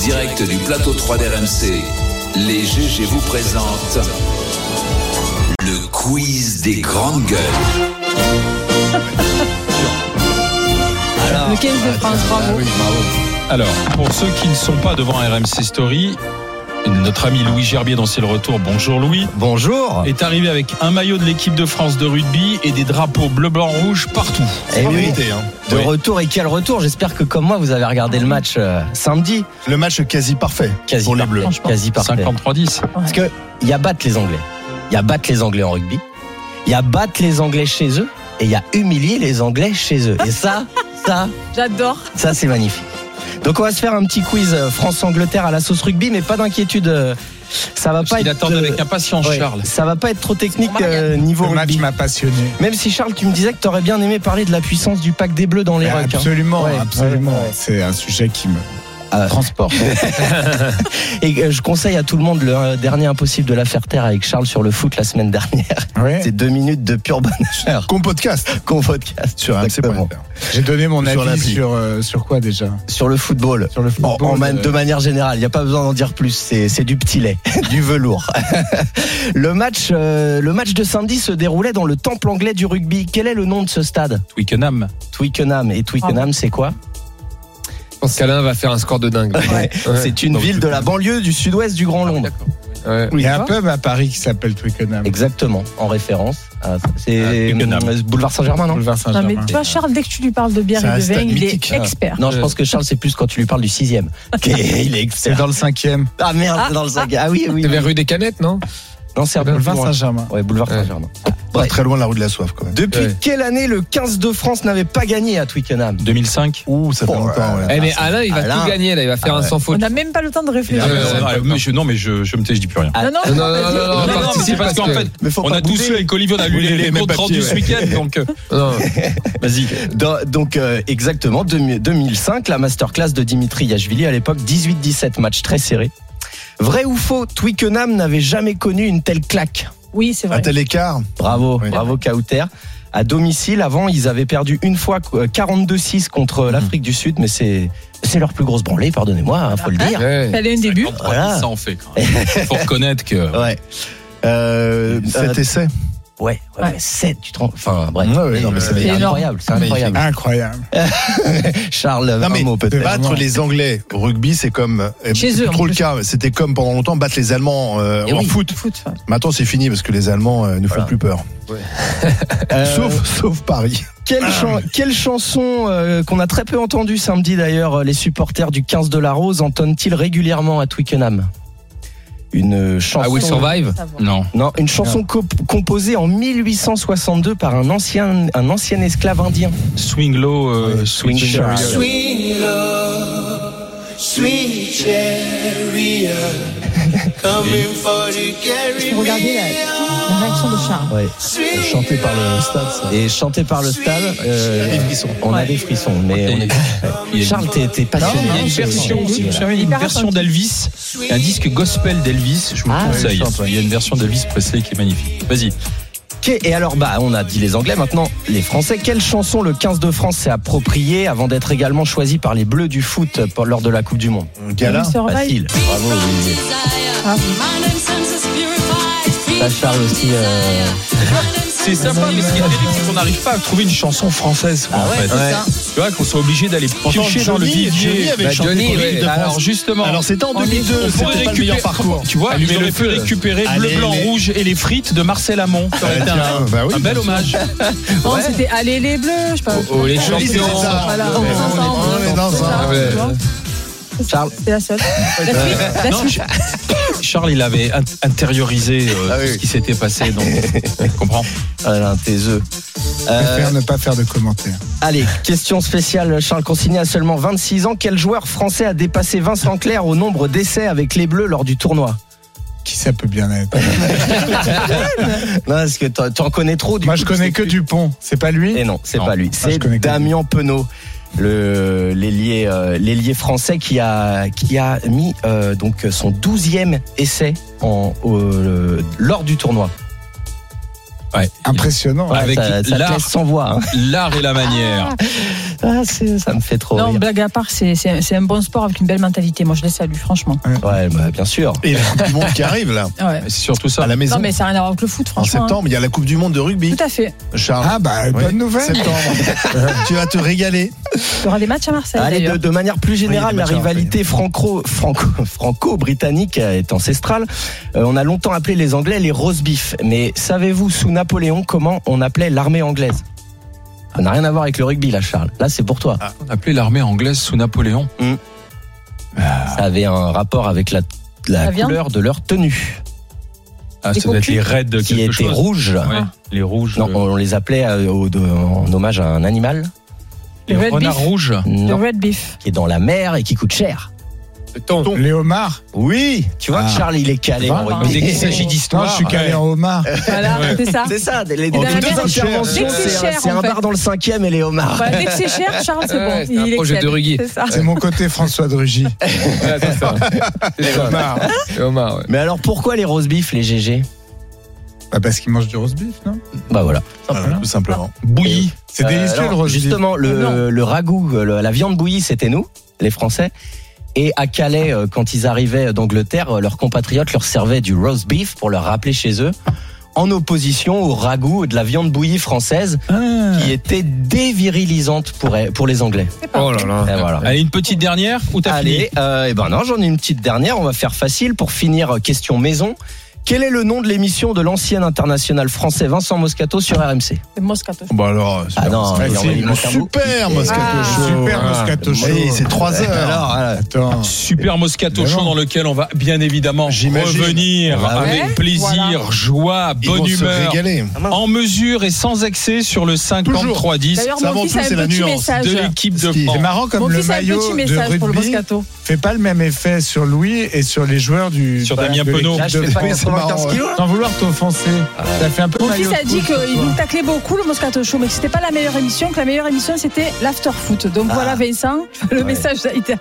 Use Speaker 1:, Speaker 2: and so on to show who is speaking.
Speaker 1: direct du plateau 3 d'RMC, les GG vous présentent le quiz des grandes gueules.
Speaker 2: Le 15 de France, bravo.
Speaker 3: Alors, pour ceux qui ne sont pas devant RMC Story, notre ami Louis Gerbier dans C'est le retour, bonjour Louis,
Speaker 4: Bonjour.
Speaker 3: est arrivé avec un maillot de l'équipe de France de rugby et des drapeaux bleu, blanc, rouge partout.
Speaker 4: Eh oui.
Speaker 5: hein.
Speaker 4: De
Speaker 3: Oui.
Speaker 4: retour et quel retour J'espère que comme moi vous avez regardé le match euh, samedi.
Speaker 5: Le match quasi parfait
Speaker 4: Quasi
Speaker 5: pour les
Speaker 4: parfait,
Speaker 5: Bleus.
Speaker 2: Franchement.
Speaker 4: Quasi parfait.
Speaker 3: 53-10.
Speaker 4: Parce que il y a battre les Anglais. Il y a battre les Anglais en rugby. Il y a battre les Anglais chez eux et il y a humilier les Anglais chez eux. Et ça, ça,
Speaker 2: J'adore.
Speaker 4: ça c'est magnifique. Donc on va se faire un petit quiz euh, France-Angleterre à la sauce rugby, mais pas d'inquiétude. euh, Ça va pas
Speaker 3: Il
Speaker 4: être.
Speaker 3: attend
Speaker 4: euh,
Speaker 3: avec impatience
Speaker 4: ouais,
Speaker 3: Charles.
Speaker 4: Ça va pas être trop technique
Speaker 2: C'est mon
Speaker 4: euh, niveau
Speaker 6: Le match
Speaker 4: rugby.
Speaker 6: m'a passionné.
Speaker 4: Même si Charles, tu me disais que t'aurais bien aimé parler de la puissance du pack des Bleus dans les hein. rocks.
Speaker 6: Absolument,
Speaker 4: Ouais,
Speaker 6: absolument.
Speaker 4: ouais, ouais.
Speaker 6: C'est un sujet qui me transporte.
Speaker 4: Euh, Et euh, je conseille à tout le monde le euh, dernier impossible de la faire taire avec Charles sur le foot la semaine dernière.
Speaker 6: Ouais.
Speaker 4: C'est deux minutes de pur bonheur
Speaker 5: Con podcast
Speaker 4: qu'on podcast
Speaker 5: sur
Speaker 4: Exactement.
Speaker 5: RMC.fr.
Speaker 6: J'ai donné mon
Speaker 5: Sur
Speaker 6: avis
Speaker 5: l'appli.
Speaker 6: sur, euh, sur quoi déjà
Speaker 4: sur le football.
Speaker 6: Sur le
Speaker 4: En-
Speaker 6: football.
Speaker 4: en man-
Speaker 6: euh,
Speaker 4: de manière générale, il n'y a pas besoin d'en dire plus. C'est c'est du petit lait, du velours. le match, euh, le match de samedi se déroulait dans le temple anglais du rugby. Quel est le nom de ce stade
Speaker 3: Twickenham.
Speaker 4: Twickenham. Et
Speaker 6: Ah
Speaker 4: Twickenham, c'est quoi
Speaker 7: Je pense qu'Alain va faire un score de dingue.
Speaker 4: Ouais. C'est une
Speaker 7: Donc,
Speaker 4: ville de la banlieue du sud-ouest du
Speaker 6: Ah
Speaker 4: Grand Londres.
Speaker 7: ouais.
Speaker 6: Il y a un pub à Paris qui s'appelle Twickenham.
Speaker 4: Exactement, en référence. à- C'est
Speaker 3: Twickenham.
Speaker 4: euh, boulevard Saint-Germain, non
Speaker 6: Boulevard
Speaker 2: Non,
Speaker 6: Saint-Germain.
Speaker 2: mais tu vois, Charles, dès que tu lui parles de bière
Speaker 6: C'est
Speaker 2: et
Speaker 6: un
Speaker 2: de vin,
Speaker 6: stade
Speaker 2: il est
Speaker 6: mythique.
Speaker 2: expert.
Speaker 4: Non, je pense que Charles, c'est plus quand tu lui parles du sixième. Ok, Il est
Speaker 6: C'est dans le cinquième.
Speaker 4: Ah merde, c'est dans le sac. Ah oui, oui.
Speaker 7: C'est vers rue des Canettes, non
Speaker 4: Non, c'est un peu
Speaker 6: Boulevard
Speaker 4: plus loin.
Speaker 6: Saint-Germain.
Speaker 4: Ouais, boulevard
Speaker 7: Ouais.
Speaker 4: Saint-Germain.
Speaker 5: Pas
Speaker 4: Ouais.
Speaker 5: très loin de la rue de la soif quand même.
Speaker 4: Depuis
Speaker 7: Ouais.
Speaker 4: quelle année le 15 de France n'avait pas gagné à Twickenham
Speaker 3: 2005.
Speaker 6: Ouh, ça
Speaker 5: fait longtemps, ouais.
Speaker 7: Eh mais Alain, il va
Speaker 4: Ah, Alain.
Speaker 7: tout gagner là, il va faire
Speaker 4: Ah
Speaker 7: un
Speaker 4: ouais.
Speaker 7: sans
Speaker 2: On
Speaker 7: faute.
Speaker 2: n'a même pas le temps de réfléchir.
Speaker 3: Ah,
Speaker 7: ouais,
Speaker 3: non,
Speaker 7: ouais,
Speaker 3: non, mais je- non, mais je, je me tais, je dis plus rien.
Speaker 4: Ah,
Speaker 2: Non, non,
Speaker 7: Non, non, non, non,
Speaker 2: vas-y.
Speaker 7: non,
Speaker 3: Non, non, mais c'est
Speaker 7: participe
Speaker 3: parce
Speaker 7: parce
Speaker 3: qu'en
Speaker 7: que-
Speaker 3: fait,
Speaker 4: Mais faut
Speaker 3: on
Speaker 4: pas
Speaker 3: a tous
Speaker 4: bouder.
Speaker 3: eu avec Olivier, on a lu les, les comptes rendus ce week-end, donc euh,
Speaker 7: Non,
Speaker 3: vas-y.
Speaker 4: Dans- donc euh, exactement 2000 2005, la masterclass de Dimitri Yachvili à l'époque 18-17 match très serré. Vrai ou faux, Twickenham n'avait jamais connu une telle claque.
Speaker 2: Oui, c'est
Speaker 5: Un
Speaker 2: vrai.
Speaker 5: tel écart
Speaker 4: Bravo,
Speaker 5: Oui.
Speaker 4: bravo Kauter. À domicile, avant, ils avaient perdu une fois euh, 42-6 contre
Speaker 5: Mhm.
Speaker 4: l'Afrique du Sud, mais c'est c'est leur plus grosse branlée, pardonnez-moi, hein, faut le dire.
Speaker 2: Il
Speaker 7: ouais.
Speaker 2: fallait un début.
Speaker 3: 53,
Speaker 4: Voilà.
Speaker 3: Ça en fait quand même. Faut reconnaître que.
Speaker 4: Ouais. Euh, euh,
Speaker 5: Cet essai
Speaker 4: ouais, ouais, ouais,
Speaker 2: Ouais.
Speaker 4: 7, tu te rends- Enfin, bref. Euh,
Speaker 5: Ouais, ouais, non, mais c'est Ah.
Speaker 4: c'est
Speaker 2: énorme.
Speaker 4: incroyable, Ah, c'est incroyable.
Speaker 6: Incroyable.
Speaker 4: Charles,
Speaker 5: Non,
Speaker 4: un
Speaker 5: mais
Speaker 4: mot peut-être.
Speaker 5: battre les Anglais au rugby, c'est comme. euh,
Speaker 2: Chez
Speaker 5: c'est
Speaker 2: eux,
Speaker 5: plus
Speaker 2: en
Speaker 5: trop le
Speaker 2: plus.
Speaker 5: cas. C'était comme pendant longtemps battre les Allemands euh,
Speaker 4: Eh
Speaker 5: en
Speaker 4: oui.
Speaker 5: foot.
Speaker 2: Foot, ouais.
Speaker 5: Maintenant, c'est fini parce que les Allemands euh, ne font
Speaker 4: Voilà.
Speaker 5: plus peur.
Speaker 4: Euh,
Speaker 5: Sauf, sauf Paris. Ah,
Speaker 4: Quelle, chan- quelle chanson euh, qu'on a très peu entendue samedi d'ailleurs, euh, les supporters du 15 de la Rose entonnent-ils régulièrement à Twickenham Une euh, chanson.
Speaker 7: Ah, Will Survive
Speaker 2: Savoir.
Speaker 3: Non.
Speaker 4: Non, une chanson comp- composée en 1862 par un ancien, un ancien esclave indien.
Speaker 3: Swing low, euh,
Speaker 4: Swing
Speaker 3: Sweet
Speaker 4: Chariot.
Speaker 3: Chariot.
Speaker 2: Il faut regarder la, la réaction de Charles.
Speaker 4: Ouais. Chanté par le stade. Et chanté par le stade. euh, On a
Speaker 2: Ouais.
Speaker 4: des frissons. Mais on est-
Speaker 3: Ah, Il y a une-
Speaker 4: Charles, t'es, t'es passionné.
Speaker 3: Il y a une version, si vous savez, une
Speaker 2: Hyper
Speaker 3: version d'Elvis, un disque gospel d'Elvis, je vous
Speaker 4: Ah,
Speaker 3: le conseille.
Speaker 4: oui, chante, ouais.
Speaker 3: Il y a une version d'Elvis Presley qui est magnifique. Vas-y.
Speaker 4: Ok, Et alors, bah, on a dit les Anglais, maintenant les Français. Quelle chanson le 15 de France s'est appropriée avant d'être également choisie par les Bleus du foot pour- lors de la Coupe du Monde
Speaker 5: Gala.
Speaker 2: Will Survive.
Speaker 4: Facile. Bravo, Olivier.
Speaker 2: Ah.
Speaker 4: Ça, Charles aussi. euh,
Speaker 3: C'est sympa, mais ce qui est terrible, c'est qu'on n'arrive pas à trouver une chanson française, quoi, en fait.
Speaker 5: Ouais.
Speaker 3: Tu vois, qu'on soit obligé d'aller piocher dans le
Speaker 5: Johnny- Johnny
Speaker 3: vivier.
Speaker 5: avait
Speaker 7: Bah,
Speaker 5: chanté
Speaker 7: Johnny,
Speaker 5: pour l'équipe
Speaker 7: ouais.
Speaker 5: de France.
Speaker 3: Alors, justement.
Speaker 5: Alors, c'était en 2002,
Speaker 3: on pourrait
Speaker 5: c'était pas le
Speaker 3: récupérer-
Speaker 5: meilleur parcours.
Speaker 3: Tu vois,
Speaker 5: Allumez
Speaker 3: ils auraient
Speaker 5: le
Speaker 3: pu
Speaker 5: feu.
Speaker 3: récupérer bleu,
Speaker 5: Allez,
Speaker 3: blanc,
Speaker 5: les-
Speaker 3: rouge et les frites de Marcel Hamon. Ça aurait été un,
Speaker 5: tiens, bah oui,
Speaker 3: un bel
Speaker 5: bien sûr.
Speaker 3: hommage.
Speaker 2: Non, c'était Allez les Bleus, je sais pas.
Speaker 7: Oh, oh, les
Speaker 2: Voilà,
Speaker 7: champions.
Speaker 2: Voilà, on
Speaker 5: Ouais,
Speaker 2: est ensemble,
Speaker 5: on est
Speaker 2: on est ensemble,
Speaker 7: ensemble.
Speaker 2: tu vois.
Speaker 4: Charles.
Speaker 2: C'est la seule. La suite, la
Speaker 3: Non,
Speaker 2: suite.
Speaker 3: Ch- Charles, il avait int- intériorisé euh,
Speaker 5: Ah oui.
Speaker 3: tout ce qui s'était passé. Donc, tu comprends
Speaker 4: ah là, tes œufs.
Speaker 6: Je
Speaker 4: Euh,
Speaker 6: préfère ne pas faire de commentaires.
Speaker 4: allez, question spéciale. Charles Consigné a seulement 26 ans. Quel joueur français a dépassé Vincent Clerc au nombre d'essais avec les Bleus lors du tournoi
Speaker 6: Qui ça peut bien être
Speaker 4: Non, parce que t'en t'en connais trop. Du
Speaker 6: Moi,
Speaker 4: coup,
Speaker 6: je
Speaker 4: tu
Speaker 6: connais
Speaker 4: sais
Speaker 6: que Dupont. C'est pas lui
Speaker 4: Et non, c'est
Speaker 3: Non.
Speaker 4: pas lui.
Speaker 6: je connais
Speaker 4: C'est
Speaker 6: que lui.
Speaker 4: Damien Penaud, le l'ailier euh, l'ailier français qui a qui a mis euh, donc son 12e essai en euh, lors du tournoi.
Speaker 3: Ouais.
Speaker 6: Impressionnant.
Speaker 3: Ouais. Avec
Speaker 4: ça, ça te
Speaker 3: l'art.
Speaker 4: laisse sans voix. hein.
Speaker 3: L'art et la manière.
Speaker 4: Ah, c'est- ça me fait trop
Speaker 2: Non,
Speaker 4: rire.
Speaker 2: blague à part, c'est- c'est un- c'est un bon sport avec une belle mentalité. Moi, je les salue, franchement.
Speaker 4: Ouais, bah, bien sûr.
Speaker 5: Et la Coupe du Monde qui arrive là,
Speaker 2: Ouais.
Speaker 3: C'est surtout ça.
Speaker 5: à la maison.
Speaker 2: Non, mais ça n'a rien à voir avec le foot,
Speaker 5: En
Speaker 2: franchement. hein.
Speaker 5: septembre, il y a la Coupe du Monde de rugby.
Speaker 2: Tout à fait.
Speaker 5: Charles,
Speaker 6: Ah bah,
Speaker 5: Oui.
Speaker 6: bonne nouvelle.
Speaker 5: septembre. tu vas te régaler.
Speaker 2: Il y aura des matchs à Marseille,
Speaker 4: Allez,
Speaker 2: Ah, d'ailleurs.
Speaker 4: Ah, de, de manière plus générale,
Speaker 5: Oui, il y a
Speaker 4: la
Speaker 5: des matchs à
Speaker 4: rivalité franco- franco- franco-britannique est ancestrale. Euh, on a longtemps appelé les Anglais les roast beef. Mais savez-vous, sous Napoléon, comment on appelait l'armée anglaise Ça n'a rien à voir avec le rugby, là, Charles. Là, c'est pour toi.
Speaker 3: On appelait l'armée anglaise sous Napoléon.
Speaker 4: Ça avait un rapport avec la, la
Speaker 2: La viande
Speaker 4: couleur de leur tenue,
Speaker 3: Ah,
Speaker 2: Des
Speaker 3: ça doit être
Speaker 2: cocus
Speaker 3: les raids de
Speaker 4: qui
Speaker 3: quelque
Speaker 4: était
Speaker 3: chose.
Speaker 4: rouge.
Speaker 3: Ouais,
Speaker 2: Ah.
Speaker 3: Les rouges.
Speaker 4: Non,
Speaker 3: euh,
Speaker 4: on les appelait euh, au- de- en hommage à un animal
Speaker 3: les
Speaker 2: le red
Speaker 3: renards
Speaker 2: beef.
Speaker 3: rouges.
Speaker 2: Le
Speaker 4: non,
Speaker 2: red beef.
Speaker 4: qui est dans la mer et qui coûte cher.
Speaker 7: Le ton.
Speaker 6: Les homards.
Speaker 4: Oui, tu vois que
Speaker 6: Ah.
Speaker 4: Charles il est calé. en
Speaker 2: Bah,
Speaker 4: rugby.
Speaker 2: dès qu'il
Speaker 6: s'agit
Speaker 3: d'histoire,
Speaker 6: Non, je suis calé
Speaker 3: ouais.
Speaker 6: en homard.
Speaker 2: Voilà,
Speaker 3: Ouais.
Speaker 2: c'est ça.
Speaker 4: C'est ça, les, les
Speaker 2: Ah. dans la
Speaker 4: deux
Speaker 2: mer,
Speaker 5: c'est cher.
Speaker 4: interventions,
Speaker 2: Dès que c'est
Speaker 4: c'est un-
Speaker 2: cher,
Speaker 4: c'est
Speaker 2: en
Speaker 4: un
Speaker 2: fait.
Speaker 4: bar dans le cinquième et les homards.
Speaker 2: Bah, dès que c'est cher, Charles, c'est
Speaker 7: Ouais,
Speaker 2: bon.
Speaker 7: ouais, c'est un
Speaker 2: Il
Speaker 7: projet de
Speaker 2: excelle.
Speaker 7: Ruggier.
Speaker 2: C'est ça.
Speaker 6: C'est mon côté François de Rugy.
Speaker 7: Ouais, c'est ça. C'est ça. Les homards, ouais.
Speaker 4: Mais alors pourquoi les roast beef, les GG
Speaker 6: Bah, parce qu'il mange du roast beef, non Ah.
Speaker 4: Bah voilà.
Speaker 5: Voilà, tout simplement.
Speaker 6: Bouilli. C'est
Speaker 4: Euh,
Speaker 6: délicieux
Speaker 4: non,
Speaker 6: le roast beef.
Speaker 4: Justement, le,
Speaker 2: Ah, Non.
Speaker 4: le ragoût, le- la viande bouillie, c'était nous, les Français. Et à Calais, euh, quand ils arrivaient d'Angleterre, euh, leurs compatriotes leur servaient du roast beef pour leur rappeler chez eux, en opposition au ragoût de la viande bouillie française,
Speaker 6: Ah.
Speaker 4: qui était dévirilisante pour, pour les Anglais.
Speaker 7: Oh là là.
Speaker 4: Et voilà.
Speaker 3: Allez, une petite dernière ou t'as fini
Speaker 4: Allez, euh, eh ben non, j'en ai une petite dernière. On va faire facile pour finir. euh, Question maison. Quel est le nom de l'émission de l'ancien international français Vincent Moscato sur RMC
Speaker 2: C'est Moscato.
Speaker 5: Bah alors, super,
Speaker 4: Ah non,
Speaker 5: c'est
Speaker 4: il envoie
Speaker 5: facile.
Speaker 4: le
Speaker 5: super
Speaker 4: tabou.
Speaker 5: Moscato
Speaker 2: Ah.
Speaker 5: Show.
Speaker 6: Super Moscato Show.
Speaker 5: Oui, c'est 3 heures.
Speaker 4: Alors, alors,
Speaker 6: Attends.
Speaker 3: Super Moscato
Speaker 6: Mais
Speaker 3: Show
Speaker 6: non.
Speaker 3: dans lequel on va bien évidemment
Speaker 5: J'imagine. bah
Speaker 3: revenir
Speaker 4: Ah
Speaker 2: ouais.
Speaker 3: avec plaisir,
Speaker 2: Voilà.
Speaker 3: joie,
Speaker 5: Ils vont
Speaker 3: bonne
Speaker 5: se
Speaker 3: humeur,
Speaker 5: régaler. Ah
Speaker 3: en mesure et sans excès sur le 53-10
Speaker 2: D'ailleurs,
Speaker 5: ça
Speaker 2: mon
Speaker 5: avant
Speaker 2: fils
Speaker 5: tout,
Speaker 2: a un
Speaker 5: c'est la
Speaker 2: petit
Speaker 5: nuance.
Speaker 2: message.
Speaker 3: de l'équipe de
Speaker 5: Si.
Speaker 6: C'est
Speaker 3: France.
Speaker 6: marrant comme
Speaker 2: Mon
Speaker 6: le
Speaker 2: fils a un
Speaker 6: maillot
Speaker 2: petit
Speaker 6: de
Speaker 2: message pour le
Speaker 6: rugby
Speaker 2: Moscato.
Speaker 6: fait pas le même effet sur Louis et sur les joueurs du.
Speaker 3: Sur
Speaker 6: de
Speaker 3: Damien
Speaker 6: l'équipe
Speaker 3: Penaud.
Speaker 6: de
Speaker 4: Là, je fais pas
Speaker 6: France.
Speaker 4: 95 kilos, là.
Speaker 6: Sans vouloir t'offenser. Ça fait un peu
Speaker 2: Mon
Speaker 6: maillot
Speaker 2: fils a
Speaker 6: de
Speaker 2: dit
Speaker 6: foot,
Speaker 2: qu'il
Speaker 6: toi.
Speaker 2: nous taclait beaucoup le Moscato Show, mais que c'était pas la meilleure émission, que la meilleure émission c'était l'after foot. Donc voilà Vincent, le message a été